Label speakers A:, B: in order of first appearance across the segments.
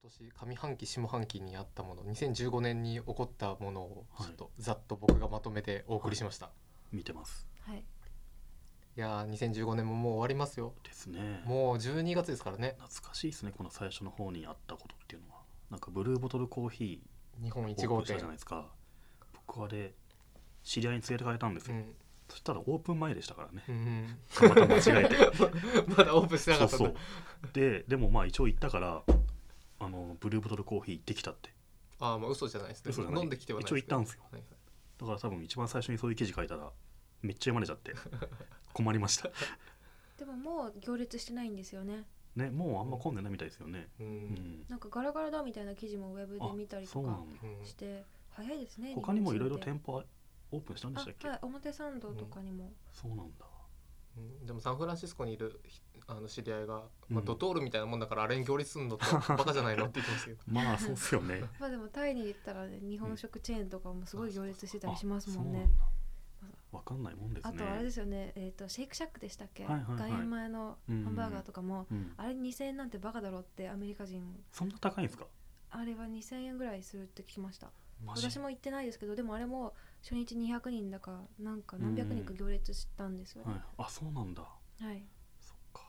A: 年上半期下半期にあったもの2015年に起こったものをちょっとざっと僕がまとめてお送りしました、
B: 見てます
C: はい。
A: い、やー2015年ももう終わりますよ
B: ですね
A: もう12月ですからね
B: 懐かしいですねこの最初の方にあったことっていうのはなんかブルーボトルコーヒ
A: 日本
B: ー
A: 1
B: オー
A: 号
B: プンした
A: 店
B: じゃないですか僕あれ知り合いに連れてかれたんです
A: う
B: よ、
A: ん
B: そしたらオープン前でしたからね
A: うんうん
B: たまたま間違えて
A: まだオープンしてなか
B: そう
A: ったん
B: そ
A: だ
B: うででもまあ一応行ったからあのブルーボトルコーヒー行ってきたって
A: ああまあ嘘じゃないですね
B: 嘘じゃない
A: 飲んできてはないけど
B: 一応行ったんすよ
A: はいはい
B: だから多分一番最初にそういう記事書いたらめっちゃ読まれちゃって困りました
C: でももう行列してないんですよね。
B: ねもうあんま混んでないみたいですよね
A: う
B: うんん
C: なんかガラガラだみたいな記事もウェブで
B: あ
C: 見たり
B: そ
C: と
B: うな
C: か
B: んだ
A: うん
C: して早いですね。
B: 他にもいろいろ
C: 日本
B: 店舗はオープンしたんでした
C: 人で
B: っけ、
C: あはい表参道とかにも。
B: そうなんだ
A: うんでもサンフランシスコにいるひあの知り合いが、まあ、
B: うん
A: ドトールみたいなもんだからあれに行列すんの ってバカじゃないのって言ってますけど
B: まあそうっすよ ね
C: まあでもタイに行ったらね日本食チェーンとかもすごい行列してたりしますもん
B: あ
C: ね。
B: そうなんだわかんないもんです
C: あ
B: ね
C: とあれですよね、えー、とシェイクシャックでしたっけ、
B: はいはいはい
C: 外苑前のハンバーガーとかも、
B: うん、
C: あれ2000円なんてバカだろってアメリカ人
B: そんな高いんですか
C: あれは2000円ぐらいするって聞きました
B: マジ
C: 私も行ってないですけどでもあれも初日200人だかなんか何百人か行列したんですよ
B: は
C: ね、
B: い、あそうなんだ
C: はい、
B: そっか、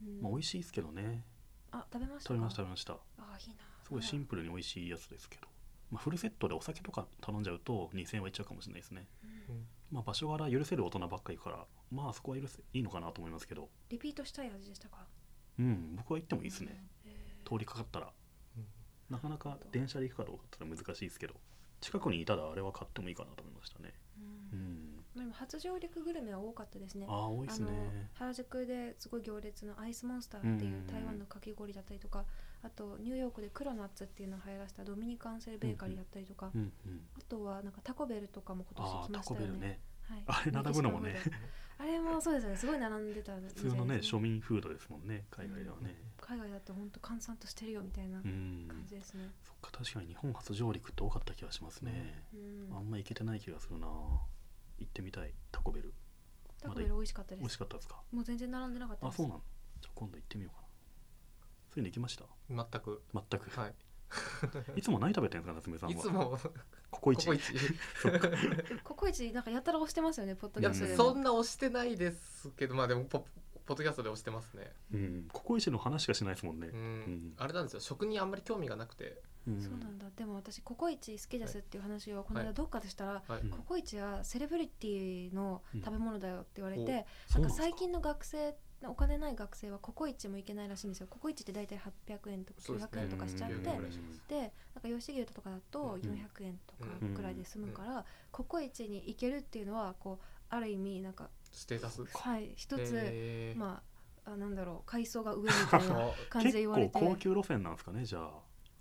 C: うん
B: まあ、美味しいですけどね
C: あ食べました
B: 食べました食
C: あ
B: べました
C: あいいな
B: すごいシンプルに美味しいやつですけど、まあ、フルセットでお酒とか頼んじゃうと2000円はいっちゃうかもしれないですね、
A: うん
B: まあ、場所柄許せる大人ばっかりいるからまあそこは許せいいのかなと思いますけど
C: リピートしたい味でしたか
B: うん僕は行ってもいいですね
C: へ
B: 通りかかったら
A: うん
B: なかなか電車で行くかどうかだったら難しいですけど近くにいたらあれは買ってもいいかなと思いましたね
C: ー
B: う
C: うん
B: ん
C: まあでも初上陸グルメは多かったですね
B: ああ多いです
C: あの
B: ね
C: 原宿ですごい行列のアイスモンスターっていう台湾のかき氷だったりとか、あとニューヨークでクロナッツっていうのを流行らせたドミニカンセルベーカリーだったりとか、
B: うんうん
C: あとはなんかタコベルとかも今
B: ああ
C: 年来
B: タ
C: ました
B: コ
C: よ
B: ベ
C: ね
B: ルね
C: はい、
B: あれ並ぶのもね
C: メキシコの方であれもそうですよねすごい並んでたん
B: 普通のね庶
C: 民
B: 民フードですもんね海外ではね
C: 海外だと本当閑散としてるよみたいな
B: うん、
C: 感じですね、
B: そっか確かに日本初上陸って多かった気がしますね、
C: うん
B: あんま行けてない気がするな行ってみたいタコベル
C: タコベル美味しかったで
B: 美味
C: す
B: しかったですか
C: もう全然並んでなかった
B: あ
C: です
B: そうなのじゃあ今度行ってみようかなそういうの行きました
A: 全く
B: 全く、、
A: はい
B: つも何食べてるんですか夏目さん
A: い
B: は
A: つも
B: ココイ
A: コ
B: チ
A: コイチ
C: ココイチなんかやたら押してますよねポッド
A: い
C: キ
A: や
C: ャストで
A: そんな押してないですけどまあでもポポッドキャストで押してますね、
B: うんココイチの話しかしないですもんね
A: うん
B: ん
A: あれなんですよ食にあんまり興味がなくて
B: うん
C: そうなんだでも私ココイチ好きですっていう話をこの間
A: はい
C: どっかでしたら、
A: はい、
B: うん
C: ココイチはセレブリティの食べ物だよって言われて、
B: そう
C: な
B: なんで
C: んか
B: す
C: 最近の学生お金ない学生はココイチも行けないらしいんですよココイチって大体800円とか
A: そうです
C: 900
A: ね
C: 円とかしちゃって
A: う
C: で,、
A: ん900円ぐらいし
C: なんか吉牛とかだと
A: うん
C: 400円とかぐらいで済むから、ココイチに行けるっていうのはこうある意味なんか、
A: ステータス
C: はい、一つ、
A: えー
C: まああなんだろう階層が上みた いな感じ
B: 結
C: で言われ
B: 構
C: て
B: 高級路線なんですかねじゃあ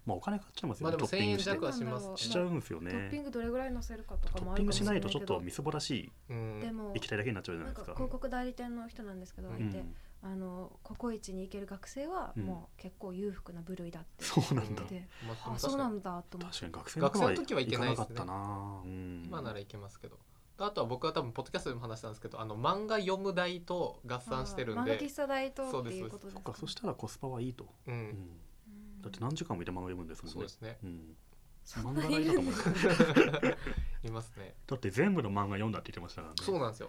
B: まあお金かかっちゃいますよね、
A: まあでも
B: トッピングし
A: 1000
B: て
A: 円弱はします
C: どうなんだろう
B: しちゃうんですよ
C: ト
B: ね
C: ッピングどれぐらい乗せるかとか
B: ト
C: も
B: ッ
C: あ
B: ピ
C: る
B: ング
C: かも
B: し
C: しれ
B: な
C: ないい
B: とち
C: け
B: ょっと
C: ど
B: みそぼらし
A: う
C: で
A: ん
C: も
B: い液体だけになっちゃうじゃな
C: ない
B: で
C: んか
B: すか
C: 広告代理店の人なんですけど、
A: うん
C: いて、
B: うん
C: あのココイチに行ける学生は
B: うん
C: もう結構裕福な部類だって
B: そうなんだ
C: 言ってて、
A: まあ
C: あそうな
A: 確かに
C: んだと思っ
B: 確
C: て
B: かに学生の頃は
A: 学生の時はいけないですね
B: 行かなかったな、うん、
A: 今ならいけますけどあとは僕は多分ポッドキャストでも話したんですけどあの漫画読む代と合算してるん
C: あー漫画
A: で
C: 喫茶代と
A: そう
C: って
A: です
C: いうことです
B: そっ
C: か
B: かそしたらコスパはいいと、
A: う
B: うんん、
C: うん
B: だって何時間もいて漫画読むんですもんね
A: そうですね
B: うん、
C: そ
B: 漫
C: ん
B: 画
C: な
B: がいい
C: にい
B: だと
C: る
B: 思
C: ん
B: う
C: だ
A: いますね
B: だって全部の漫画読んだって言ってましたからね
A: そうなんですよ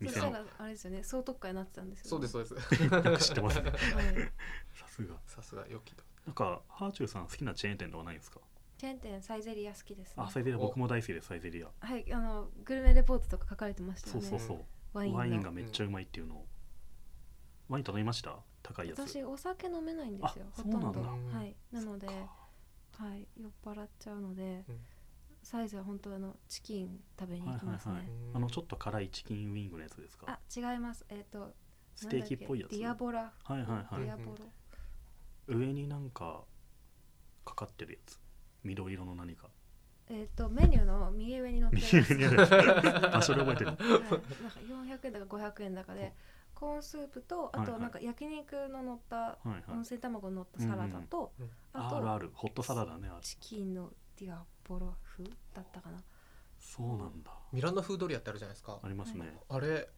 C: そ
B: 店
C: した
B: の
C: らあれですよね総特会になってたんですよね
A: そうですそうです
B: よく知ってますね
C: はい
B: さすが
A: さすが良きと
B: なんかハーチューさん好きなチェーン店とかないんですか
C: チェーン店サイゼリア好きですね
B: あサイゼリア
A: お
B: 僕も大好きですサイゼリア
C: はいあのグルメレポートとか書かれてました
B: そ
C: よ
B: う
C: ね
B: そうそう
C: ワインの
B: ワインがめっちゃうまいっていうのを、ワイン頼みました高いやつ
C: 私お酒飲めないんですよ
B: あ
C: ほとんど
B: そう
A: なんだ
C: はいなので
B: そっか
C: はい酔っ払っちゃうので、
A: うん
C: サイズは本当あのチキン食べに
B: はい
C: 行
B: は
C: きますね、
B: いはいあのちょっと辛いチキンウィングのやつですか
C: あ違いますえっ、と
B: ステーキっぽいや
C: な
B: つ
C: んだけディアボラ
B: はいはい
C: デ
B: は
C: ィ
B: い
C: アボロ、
B: 上になんかかかってるやつ緑色の何 か
C: えっ、とメニューの右上に載って
B: 右
C: ます、
B: 上にあるやつあそれ覚えてる
C: はい、なんか400円だか500円だかでコーンスープとあ
B: はい
C: と
B: はい
C: なんか焼肉の乗った
B: はいはい
C: 温泉卵乗ったサラダと、
A: うんうん
C: あと
B: あるあるホットサラダねある
C: チキンのディアボロ風だったかな
B: そうなんだ
A: ミラノ風ドリアってあるじゃないですか
B: ありますね
A: あれ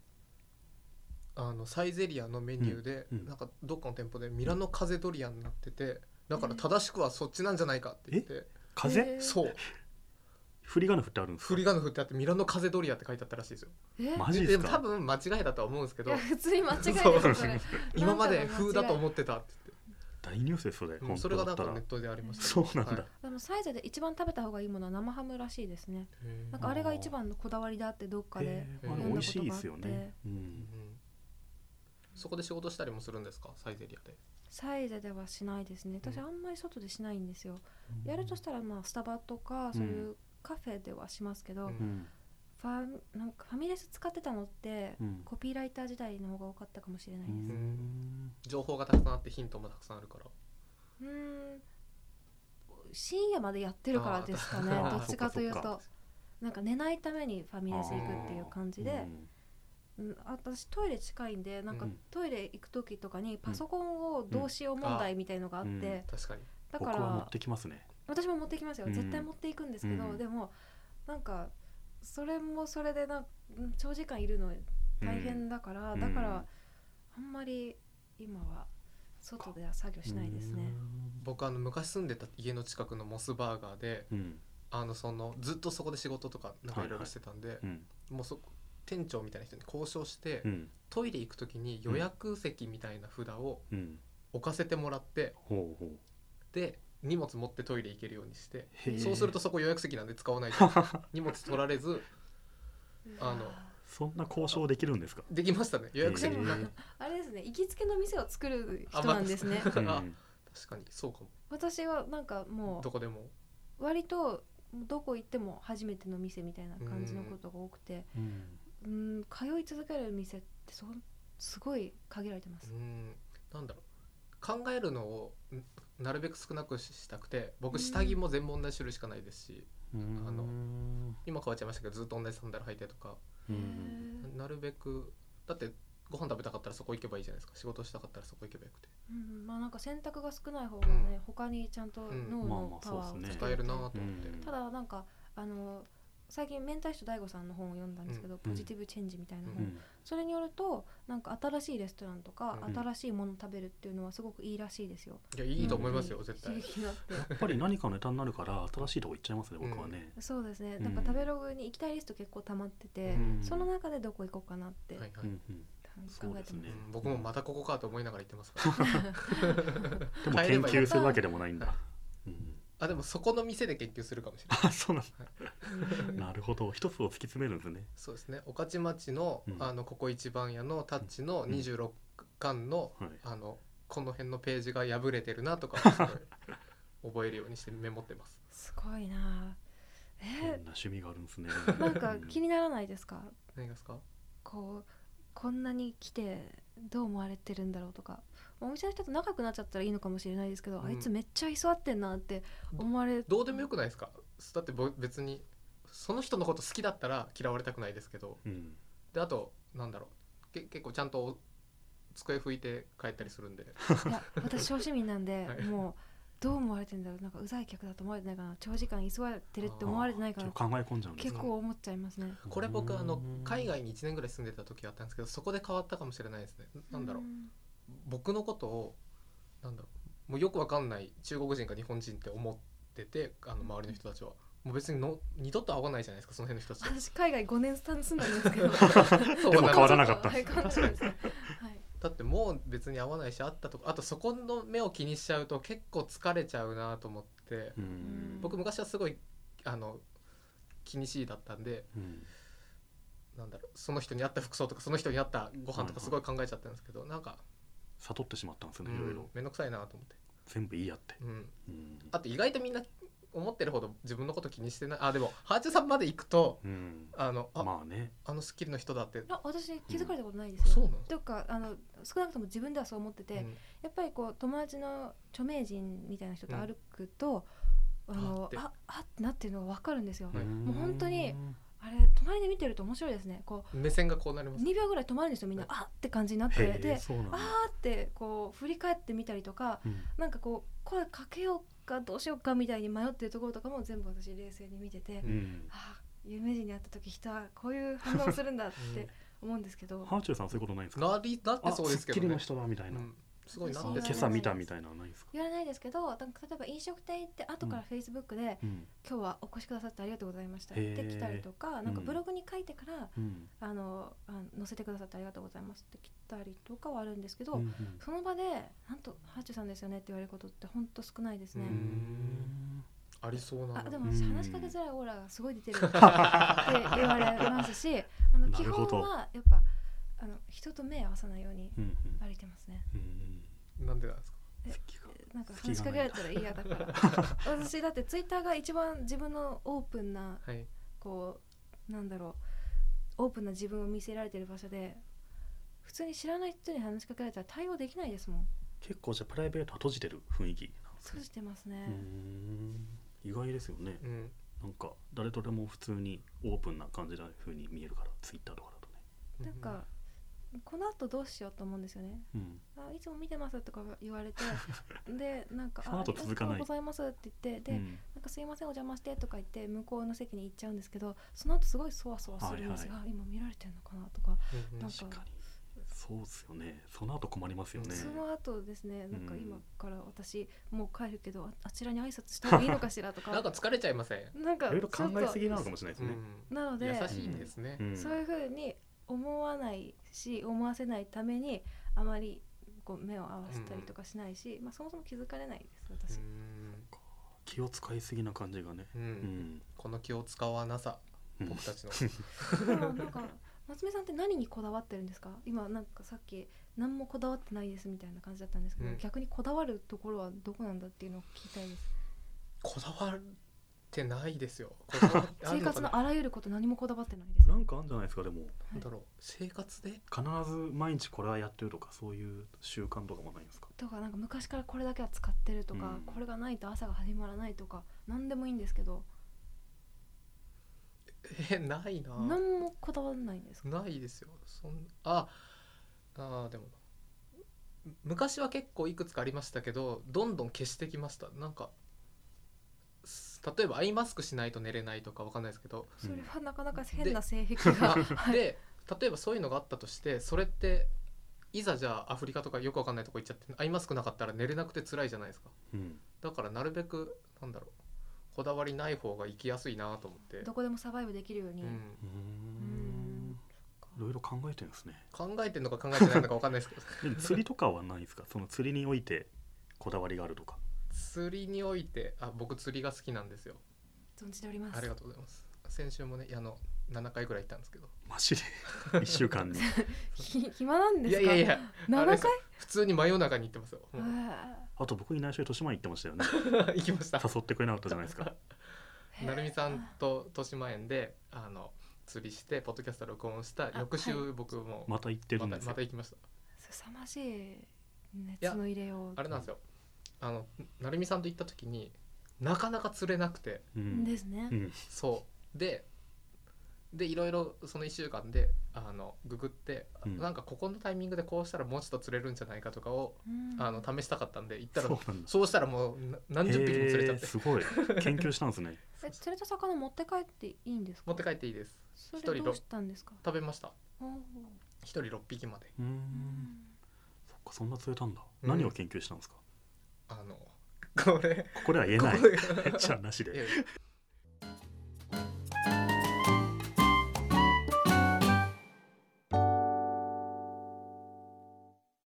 A: あのサイゼリアのメニューで、
B: うんうん
A: なんかどっかの店舗でミラノ風ドリアになってて、だから正しくはそっちなんじゃないかって言って
B: 風
C: え
A: そう
B: 振り仮名振ってあるんですか
A: 振り仮名振ってあってミラノ風ドリアって書いてあったらしいですよ
C: え
B: マジで
A: ですも
B: か
A: 多分間違いだとは思うんですけ
C: い
A: ど
C: や普通に間違いです
A: そう
C: よそれ
A: 今まで風だと思ってたって言っ
B: 大ニュースですそれ、
A: てうん
B: 本
A: そ
B: 当
A: れが
B: だ
A: な
B: っ
A: ん
B: た
A: からネットでありました
B: そうなんだ、
A: はい
C: でもサイズで一番食べた方がいいものは生ハムらしいですね
A: へー
C: なんかあれが一番のこだわりだってどっかで
B: えーあれ
A: 読んだこと
B: 美
A: があって
B: 味しいですよね、う、
A: うんんそこで仕事したりもするんですかサイゼリアで
C: サイゼではしないですね私
A: うん
C: あんまり外でしないんですよやるとしたらまあスタバとかそういうカフェではしますけど、
A: うん
B: うん
C: ファミなんかファミレス使ってたのって、
B: うん
C: コピーライター時代の方が多かったかもしれないうです
B: ん
A: 情報がたくさんあってヒントもたくさんあるから
C: うーん深夜までやってるからですかね
A: あー
C: どっちかという
B: そっかそっ
C: となんか寝ないためにファミレス行くっていう感じで
B: う、ん
C: うん、私トイレ近いんでなんか
B: うん
C: トイレ行く時とかにパソコンをどうしよう問題みたいのがあって、
B: うんうん
A: 確かに
C: だか
B: 僕は持っ
C: ら
B: てきますね
C: 私も持ってきますよ
B: うん
C: 絶対持っていくんですけど、
B: うん
C: でもなんかそれもそれでなんうん長時間いるの大変だから、
B: うん
C: だからあんまり今は外では作業しないですね。
A: 僕あの昔住んでた家の近くのモスバーガーで
B: うん
A: あのそのずっとそこで仕事とかなんかいろいろしてたんで、
B: うん
A: もうそこ店長みたいな人に交渉して、
B: うん
A: トイレ行く時に予約席みたいな札を
B: うん
A: 置かせてもらって
B: ほうほう
A: で荷物持ってトイレ行けるようにして
B: へー
A: そうするとそこ予約席なんで使わ ないと荷物取られず
C: うわー
A: あの
B: そんな交渉できるんですか
A: できましたね予約席
B: へー
A: になって
C: あれですね行きつけの店を作る人
A: あまあ
C: なんですね、
A: そう
B: う ん
A: あ確かにそうかも
C: 私はなんかも
A: どこでも
C: う割とどこ行っても初めての店みたいな感じのことが多くて
B: うん
C: うん通い続ける店ってそすごい限られてま
A: う
C: す、
A: んなんだろう考えるのをんなるべく少なくししたくて
C: う
A: 僕
C: ん
A: 下着も全部同じ種類しかないですし
B: うん
A: あの今変わっちゃいましたけどずっと同じサンダル履いてとか
B: う
C: へ
B: ん
C: ー
A: なるべくだってご飯食べたかったらそこ行けばいいじゃないですか仕事したかったらそこ行けばよくて
C: うん、まあなんか選択が少ない方がね、他にちゃんと脳
B: まあま
C: の
B: あ
C: パワー
B: そ
C: を
B: うですね
A: 使えるなと思って、
B: うん
C: ただなんかあの最近明太子大悟さんの本を読んだんですけ
B: う
C: ど、
B: ん
C: ポジティブチェンジみたいな本、
B: うん
C: それによるとなんか新しいレストランとか、
A: うん
C: 新しいもの食べるっていうのはすごくいいらしいですよ。
A: いやいいと思いますよ、
C: うん
A: 絶対
C: 刺激になっ て
B: やっぱり何かのネタになるから新しいとこ行っちゃいますね僕はね
C: そうですね、
B: うん
C: なんか食べログに行きたいリスト結構溜まってて、
A: うん
C: その中でどこ行こうかなって、
A: はいは
B: う
A: い、
B: んうん
C: 考えてます
B: そうですね
A: うん僕もまたここかと思いながら行ってますから
B: でも
A: 変えれ
B: 研
A: ばいい
B: 究するわけでもないんだうん
A: あでもそこの店で研究するかもしれない
B: あそうなんだ
C: うん
B: なるほど一つを突き詰めるんですね
A: そうですね御徒町の,、
B: うん
A: あのここ一番屋のタッチの
B: うん
A: 26巻の,、
B: はい
A: あのこの辺のページが破れてるなとかをすごい覚えるようにしてメモってます
C: すごいな
B: そんな
C: え
B: 趣味があるんですね
C: なんか気
B: に
C: にならないですか
A: 何がですか
C: こうこんなに来てどう思われてるんだろうとかお店の人と仲良くなっちゃったらいいのかもしれないですけど、
A: うん
C: あいつめっちゃ居座ってんなって思われ
A: どうでもよくないですかだってぼ別にその人のこと好きだったら嫌われたくないですけど
B: うん
A: であとなんだろうけ結構ちゃんとお机拭いて帰ったりするんで
C: いや私小市民なんで、
A: はい
C: もうどう思われてんだろうなんかうざい客だと思われてないかな長時間居座ってるって思われてないか
B: あ
C: な
B: ーちょっと考え込んじゃうんです
C: 結
B: ね
C: 構思っちゃいますね。
A: これ僕あ
B: う
A: の
B: ん
A: 海外に1年ぐらい住んでた時あったんですけどそこで変わったかもしれないですねなんだろう僕のことをなんだろうもうよくわかんない中国人か日本人って思っててあの周りの人たちはもう別にの二度と会わないじゃないですかその辺の人たち
C: 私海外5年スタン住んだんですけど
A: そう
B: でも
A: なん
B: 変わらなかった
C: はい変わらなかったですはい
A: だってもう別に会わないし会ったとこあとそこの目を気にしちゃうと結構疲れちゃうなと思って
B: うん
A: 僕昔はすごいあの気にしいだったんで
B: うん
A: なんだろうその人に合った服装とかその人に合ったご飯とかすごい考えちゃったんですけどなんか
B: 悟ってしまったんです
A: う
B: よねいろい
A: ん
B: ろ
A: 面倒くさいなと思って。
B: 全部いいやって
A: うん
B: うん
A: あと意外とみんな思ってるほど自分のこと気にしてないあでもハーチュさんまで行くと
B: うん
A: あのあ、
B: まあね
A: あのスッキリの人だって
C: あ私気づかれたことないです
A: そう
C: よ。
A: なの
C: とかあの少なくとも自分ではそう思ってて、
A: うん
C: やっぱりこう友達の著名人みたいな人と歩くと、あ
A: あっ
C: の
A: て
C: ああってなってるのが分かるんですよ。
A: はい
B: ん
C: もう本当にあれ隣で見てると面白いですね。こう
A: 目線がこうなります
C: 2秒ぐらい止まるんですよみんなあって感じになって
B: へえ
C: で
B: そうなんだ
C: あーってこう振り返ってみたりとか
B: うん
C: なんかこう声かけようかどうしようかみたいに迷ってるところとかも全部私冷静に見てて、
A: う
B: うん
C: あー有名人に会った時人はこういう反応するんだって思うんですけど、
B: ハーチューさんはそういうことないんですか
A: なりだってそうですけ
B: あスッキ
A: ど
B: リ
A: ね
B: の人だみたいな
A: うんすごいな
C: そ
A: ん
C: う
A: で
B: 今
A: す
C: ね
B: 朝見たみたいなのはないですか、
C: 言われないですけどなんか例えば飲食店行って後からフェイスブックで、
B: うん
C: 今日はお越しくださってありがとうございました」っ
B: へー
C: て来たりとかなんか
B: うん
C: ブログに書いてから
B: うん
C: 「あのあの載せてくださってありがとうございます」って来たりとかはあるんですけど、
B: うんうん
C: その場で「なんとハッチュさんですよね」って言われることってほんと少ないですね。
A: うんありそうな
C: あで
A: の
C: も
B: うん
C: 私話しかけづらいオーラがすごい出 てるって言われますしあの
B: な
C: 基
B: るほ
C: 本
B: ど
C: はやっぱあの人と目合わさないように
B: うんうん
C: 歩いてますね
B: うん
A: なんでなんですか
B: 咳が
C: なんか
B: 隙
C: 話し
B: が
C: かけ
B: な
C: ら
B: い
C: れたら嫌だから 私だってツイッターが一番自分のオープンな
A: はい
C: こうなんだろうオープンな自分を見せられてる場所で普通に知らない人に話しかけられたら対応できないですもん
B: 結構じゃあプライベートは閉じてる雰囲気なんですね
C: 閉じてますね、
B: うん意外ですよね
A: うん
B: なんか誰とでも普通にオープンな感じな風に見えるからツイッターとかだとね
C: なんかこの後どうしようと思うんですよね
B: うん
C: あいつも見てますとか言われ てでなんか「
B: その後
C: あ
B: 続かない
C: ありがとうございます」って言ってで、
B: うん
C: なんかすいませんお邪魔してとか言って向こうの席に行っちゃうんですけどその後すごいそわそわするんですよ、
B: はい
C: あ今見られてるのかなとか、
A: うんうん
C: なん
B: 確かにそうですよねその後困りますよね
C: その後ですねなんか
B: うん
C: 今から私もう帰るけどああちらに挨拶した方がいいのかしらと か
A: なんか疲れちゃいません、
C: なんか
B: いろいろ考えすぎなのか
C: も
B: もしれないです
A: う
B: ね、
A: ん
C: なので
A: 優しいんですね、
B: ん
C: そういうふうに思わないし思わせないためにあまりこう目を合わせたりとかしないし、まあ、そもそも気づかれないです私、
B: 気を使いすぎな感じがね、
A: うんう
B: うんん
A: この気を使わなさ
B: うん
A: 僕たちの、
C: でもなんか夏目さんって何にこだわってるんですか今なんかさっき何もこだわってないですみたいな感じだったんですけど、
A: うん
C: 逆にこだわるところはどこなんだっていうのを聞きたいです
A: こだわってないです よこだわってあ
C: 生
A: るの
C: 活
A: かな
C: のあらゆること何もこだわってないです
B: なんかあるんじゃないですかでも
A: なんだろう生活で
B: 必ず毎日これはやってるとかそういう習慣とかもないんですか
C: とかなんか昔からこれだけは使ってるとか、
B: うん
C: これがないと朝が始まらないとか何でもいいんですけど
A: えないな
C: 何もこだわらないんですか
A: ないですよそんああーでもむ昔は結構いくつかありましたけどどんどん消してきましたなんかす例えばアイマスクしないと寝れないとかわかんないですけど
C: それはなかなか
A: で
C: 変な性癖がはい
A: で例えばそういうのがあったとしてそれっていざじゃあアフリカとかよくわかんないとこ行っちゃってアイマスクなかったら寝れなくて辛いじゃないですか
B: うん
A: だからなるべくなんだろうこだわりない方が生きやすいなと思って
C: ど、こでもサバイブできるように、
A: うん、
B: うーんいろいろ考えてるんですね
A: 考えてるのか考えてないのかわかんないですけど
B: でも釣りとかはないですかその釣りにおいてこだわりがあるとか
A: 釣りにおいてあ僕釣りが好きなんですよ
C: 存じております
A: ありがとうございます先週もねあの7回ぐらい行ったんですけど
B: マジで 一週間に
C: ひ暇なんで
A: い
C: す
A: や
C: か
A: いやいやあれ
C: 7
A: です
C: 回
A: よ普通に真夜中に行ってますよ、もう
B: あと僕に内緒で豊島園行ってまし たよね
A: 行きました
B: 誘ってくれなかったじゃないですか
A: なるみさんと豊島園であの釣りしてポッドキャスト録音した翌週、
C: あは
A: 僕も
B: また行ってる
A: ま
B: ん
A: た
B: です
A: ま
B: よ
A: た行きました
C: 凄まじい熱の入れよう
A: あれなんですよあのなるみさんと行った時になかなか釣れなくて
B: うん
C: ですね、
B: うん
A: そうででいろいろその1週間であのググって、
B: うん
A: なんかここのタイミングでこうしたらもうちょっと釣れるんじゃないかとかを、
C: うん
A: あの試したかったんで行ったら
B: そうなんだ
A: そうしたらもうな何十匹も釣れちゃっ
B: へー
A: て
B: すごい研究したんですね
C: え釣れた魚持って帰っていいんですか
A: 持って帰っていいです
C: そ
A: 一
C: れ
A: 人
C: どうしたんですか
A: 食べました
C: おー
A: 1人6匹まで
B: うー
C: うん
B: そっかそんな釣れたんだ、
A: うん
B: 何を研究したんですか
A: あのこれ
B: ここでは言えない
A: ここで
B: じゃあなし
A: いや
B: で
A: いや